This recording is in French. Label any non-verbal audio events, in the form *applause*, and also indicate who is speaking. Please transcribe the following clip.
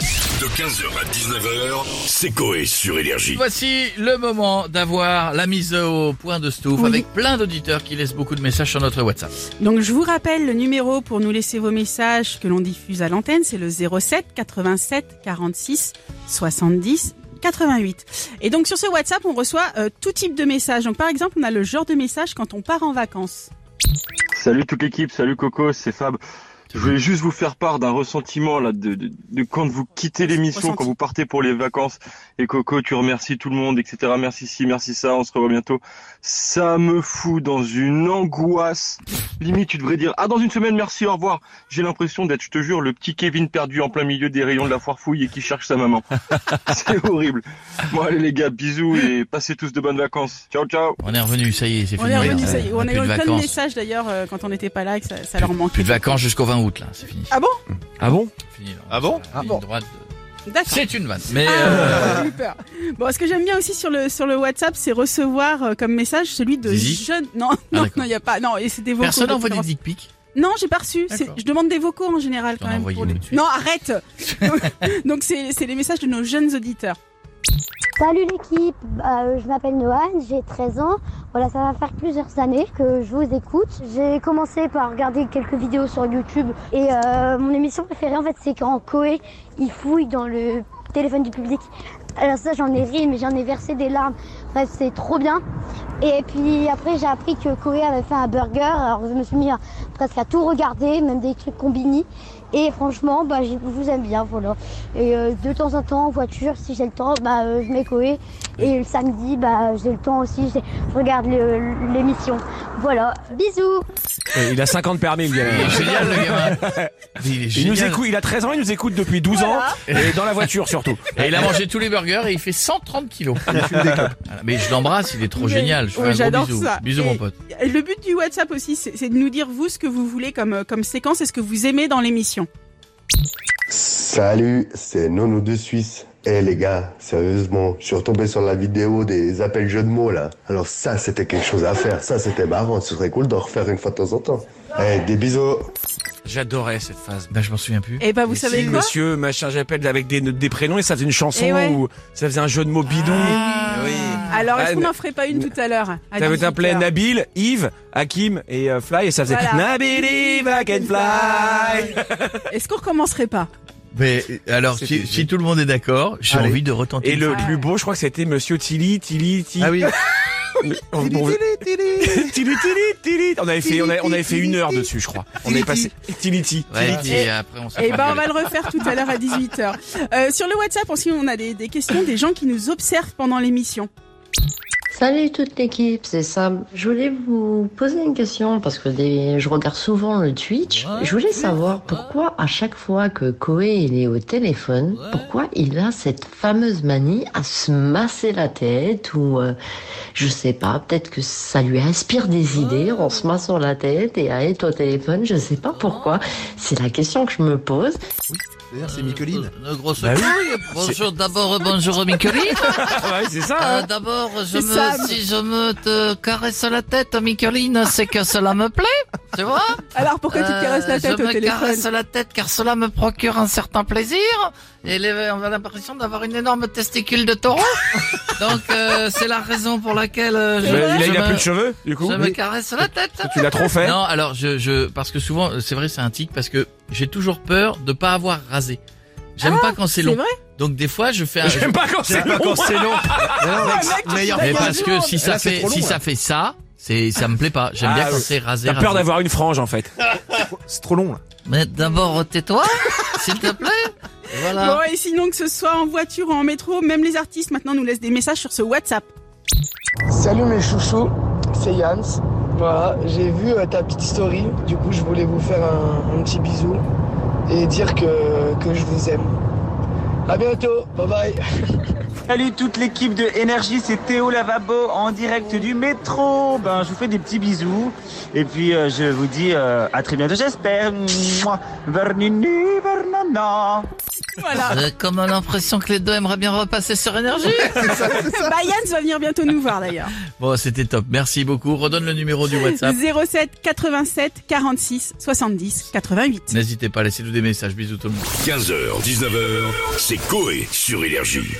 Speaker 1: De 15h à 19h, c'est Coé sur Énergie.
Speaker 2: Voici le moment d'avoir la mise au point de Stouff
Speaker 3: Oui.
Speaker 2: avec plein d'auditeurs qui laissent beaucoup de messages sur notre WhatsApp.
Speaker 3: Donc je vous rappelle le numéro pour nous laisser vos messages que l'on diffuse à l'antenne, c'est le 07 87 46 70 88. Et donc sur ce WhatsApp, on reçoit euh, tout type de messages. Donc par exemple, on a le genre de message quand on part en vacances.
Speaker 4: Salut toute l'équipe, salut Coco, c'est Fab. Je voulais juste vous faire part d'un ressentiment là de, de, de quand vous quittez l'émission,
Speaker 3: Ressenti.
Speaker 4: quand vous partez pour les vacances. Et Coco, tu remercies tout le monde, etc. Merci ci, merci ça, on se revoit bientôt. Ça me fout dans une angoisse. Limite, tu devrais dire ah dans une semaine, merci, au revoir. J'ai l'impression d'être, je te jure, le petit Kevin perdu en plein milieu des rayons de la foire fouille et qui cherche sa maman. c'est horrible. Bon allez les gars, bisous et passez tous de bonnes vacances. Ciao ciao.
Speaker 2: On est revenu, ça y est, c'est
Speaker 3: On
Speaker 2: fini.
Speaker 3: est
Speaker 2: Ouais,
Speaker 3: revenu, ça y est. On
Speaker 2: plus
Speaker 3: a eu
Speaker 2: de
Speaker 3: plein de
Speaker 2: vacances.
Speaker 3: messages d'ailleurs euh, quand on n'était pas là et que ça, ça leur manquait.
Speaker 2: Plus de vacances jusqu'au 20 août là, c'est fini. Hum.
Speaker 3: Ah bon
Speaker 5: Ah bon
Speaker 2: Fini, là.
Speaker 6: Ah bon
Speaker 2: Sur la
Speaker 5: Ah
Speaker 2: ligne
Speaker 5: bon.
Speaker 2: droite.
Speaker 3: D'accord.
Speaker 2: C'est une vanne. Mais euh,
Speaker 3: Ah, j'ai eu peur. Bon, ce que j'aime bien aussi sur le sur le WhatsApp, c'est recevoir euh, comme message celui de
Speaker 2: Zizi
Speaker 3: jeunes. Non,
Speaker 2: Ah,
Speaker 3: non,
Speaker 2: d'accord.
Speaker 3: non, il y a pas. Non, et c'est des vocaux
Speaker 2: personne
Speaker 3: de
Speaker 2: n'envoie des
Speaker 3: préférence.
Speaker 2: dick pics.
Speaker 3: Non, j'ai pas reçu. C'est-
Speaker 2: D'accord.
Speaker 3: Je demande des vocaux en général
Speaker 2: J'en
Speaker 3: quand
Speaker 2: ai
Speaker 3: même.
Speaker 2: envoyé
Speaker 3: pour
Speaker 2: une
Speaker 3: les-
Speaker 2: tout de suite.
Speaker 3: Non,
Speaker 5: *laughs*
Speaker 3: arrête *laughs* Donc c'est c'est les messages de nos jeunes auditeurs.
Speaker 7: Salut l'équipe, Euh, je m'appelle Noan, j'ai 13 ans. Voilà, ça va faire plusieurs années que je vous écoute. J'ai commencé par regarder quelques vidéos sur YouTube et euh, mon émission préférée en fait c'est quand Koé il fouille dans le téléphone du public. Alors ça j'en ai ri mais j'en ai versé des larmes. Bref c'est trop bien. Et puis après j'ai appris que Koé avait fait un burger. Alors je me suis mis à- presque à tout regarder, même des trucs combini. Et franchement bah, je vous aime bien voilà. Et euh, de temps en temps, en voiture, si j'ai le temps, bah, euh, je mets Koé. Et le samedi, bah, j'ai le temps aussi, j'ai- je regarde le- l'émission. Voilà, bisous
Speaker 5: Euh, Il a 50 permis, le
Speaker 2: Il est
Speaker 5: gars.
Speaker 2: génial le gamin.
Speaker 5: *laughs*
Speaker 2: Il est
Speaker 5: Il nous
Speaker 2: génial.
Speaker 5: écoute, il a 13 ans, il nous écoute depuis 12 ans, et dans la voiture surtout.
Speaker 2: Et il a mangé tous les burgers et il fait 130 kilos. Voilà, Mais je l'embrasse, il est trop
Speaker 3: Mais-
Speaker 2: génial. Je
Speaker 3: Ouais,
Speaker 2: fais un gros
Speaker 3: j'adore
Speaker 2: bisou.
Speaker 3: ça.
Speaker 2: Bisous
Speaker 3: Et-
Speaker 2: mon pote.
Speaker 3: Et Le but du WhatsApp aussi, c'est c'est de nous dire vous ce que vous voulez comme euh, comme séquence et ce que vous aimez dans l'émission.
Speaker 8: Salut, c'est Nono de Suisse. Eh les gars, sérieusement, je suis retombé sur la vidéo des appels jeux de mots là. Alors ça, c'était quelque chose à faire. Ça, c'était marrant. Ce serait cool d'en refaire une fois de temps en temps. Eh, des bisous.
Speaker 5: J'adorais cette phase.
Speaker 2: Ben je m'en souviens plus.
Speaker 3: Et bah vous
Speaker 5: Mais
Speaker 3: savez
Speaker 5: si,
Speaker 3: quoi
Speaker 5: Monsieur, machin, j'appelle avec des, des prénoms et ça faisait une chanson
Speaker 3: Eh ouais. Ah.
Speaker 5: ou ça faisait un jeu de mots bidon.
Speaker 3: Alors est-ce
Speaker 5: Ah,
Speaker 3: qu'on
Speaker 5: mais-
Speaker 3: n'en ferait pas une tout à l'heure à
Speaker 5: T'avais
Speaker 3: 18
Speaker 5: appelé
Speaker 3: heures
Speaker 5: Nabil, Yves, Hakim et euh, Fly et ça faisait
Speaker 3: Voilà.
Speaker 5: Nabil, Yves, I can fly.
Speaker 3: *laughs* Est-ce qu'on recommencerait
Speaker 5: *laughs*
Speaker 3: pas
Speaker 2: Mais euh, alors
Speaker 5: C'est
Speaker 2: si,
Speaker 5: fini.
Speaker 2: si tout le monde est d'accord, j'ai
Speaker 5: Allez.
Speaker 2: envie de retenter.
Speaker 5: Et le
Speaker 3: Ouais.
Speaker 5: plus beau, je crois que c'était Monsieur Tilly, Tilly, Tilly.
Speaker 6: oui.
Speaker 5: Mais on- on- Ah Tilly, *laughs* Tilly, Tilly. On avait fait, on avait, on avait fait une heure dessus, je crois. On est passé Tilly, Tilly.
Speaker 2: Ouais,
Speaker 3: Tilly.
Speaker 2: et après on s'est
Speaker 3: Eh
Speaker 2: fait
Speaker 3: ben on
Speaker 2: engueuler.
Speaker 3: va le refaire tout à l'heure à 18h. sur le WhatsApp aussi, on a des, des questions des gens qui nous observent pendant l'émission.
Speaker 9: Salut toute l'équipe, c'est Sam. Je voulais vous poser une question parce que des- je regarde souvent le Twitch. Je voulais savoir pourquoi à chaque fois que Koé il est au téléphone, pourquoi il a cette fameuse manie à se masser la tête ou euh, je sais pas, peut-être que ça lui inspire des idées en se massant la tête et à être au téléphone, je sais pas pourquoi. C'est la question que je me pose.
Speaker 6: D'ailleurs, c'est Micheline.
Speaker 2: Euh, grosse
Speaker 5: Bah oui.
Speaker 2: couille. Bonjour d'abord, euh, bonjour Micoline.
Speaker 5: Ah ouais, c'est ça.
Speaker 2: Euh,
Speaker 5: hein.
Speaker 2: d'abord, je
Speaker 3: C'est Sam.
Speaker 2: me, si je me te caresse la tête, Micoline, c'est que cela me plaît, tu vois.
Speaker 3: Alors pourquoi tu te
Speaker 2: Euh,
Speaker 3: caresses la tête
Speaker 2: je
Speaker 3: au
Speaker 2: me
Speaker 3: téléphone
Speaker 2: caresse la tête car cela me procure un certain plaisir. Et les- on a l'impression d'avoir une énorme testicule de taureau. Donc euh, c'est la raison pour laquelle euh, je,
Speaker 5: Il a, il a
Speaker 2: je me,
Speaker 5: plus de cheveux, du coup.
Speaker 2: je me
Speaker 5: Mais
Speaker 2: caresse la tête.
Speaker 5: Tu l'as trop fait.
Speaker 2: Non, alors je, je parce que souvent euh, c'est vrai c'est un tic parce que j'ai toujours peur de pas avoir rasé. J'aime
Speaker 6: Ah,
Speaker 2: pas quand c'est
Speaker 3: C'est
Speaker 2: long.
Speaker 3: vrai
Speaker 2: Donc des fois je fais un
Speaker 5: J'aime pas quand c'est long.
Speaker 6: Ah,
Speaker 5: Ah,
Speaker 6: meilleur.
Speaker 2: mais
Speaker 3: Là,
Speaker 2: parce que si ça
Speaker 6: Là, c'est
Speaker 2: fait
Speaker 6: trop long,
Speaker 2: si
Speaker 6: là.
Speaker 2: ça fait ça, c'est ça me plaît pas. J'aime
Speaker 5: Ah,
Speaker 2: bien quand
Speaker 5: oui.
Speaker 2: c'est rasé.
Speaker 5: T'as peur
Speaker 2: rasé.
Speaker 5: d'avoir une frange en fait.
Speaker 6: C'est trop long là.
Speaker 2: Mais d'abord tais-toi, *laughs* s'il te plaît. Et Voilà.
Speaker 3: Bon, et sinon, que ce soit en voiture ou en métro, même les artistes maintenant nous laissent des messages sur ce WhatsApp.
Speaker 10: Salut mes chouchous, c'est Yans. Voilà, j'ai vu euh, ta petite story, du coup je voulais vous faire un, un petit bisou et dire que, que je vous aime. À bientôt, bye bye.
Speaker 11: Salut toute l'équipe de Énergie, c'est Théo Lavabo en direct du métro. Ben, je vous fais des petits bisous et puis euh, je vous dis euh, à très bientôt, j'espère. Mouah. Vernunu, vernana.
Speaker 2: J'ai comme l'impression que les deux aimeraient bien repasser sur énergie.
Speaker 3: Bah, Yann va venir bientôt nous voir d'ailleurs.
Speaker 2: Bon, c'était top. Merci beaucoup. Redonne le numéro du *laughs* WhatsApp.
Speaker 3: 07 87 46 70 88.
Speaker 2: N'hésitez pas, laissez-nous des messages. Bisous tout le monde.
Speaker 1: 15h, 19h, c'est Coé sur Énergie.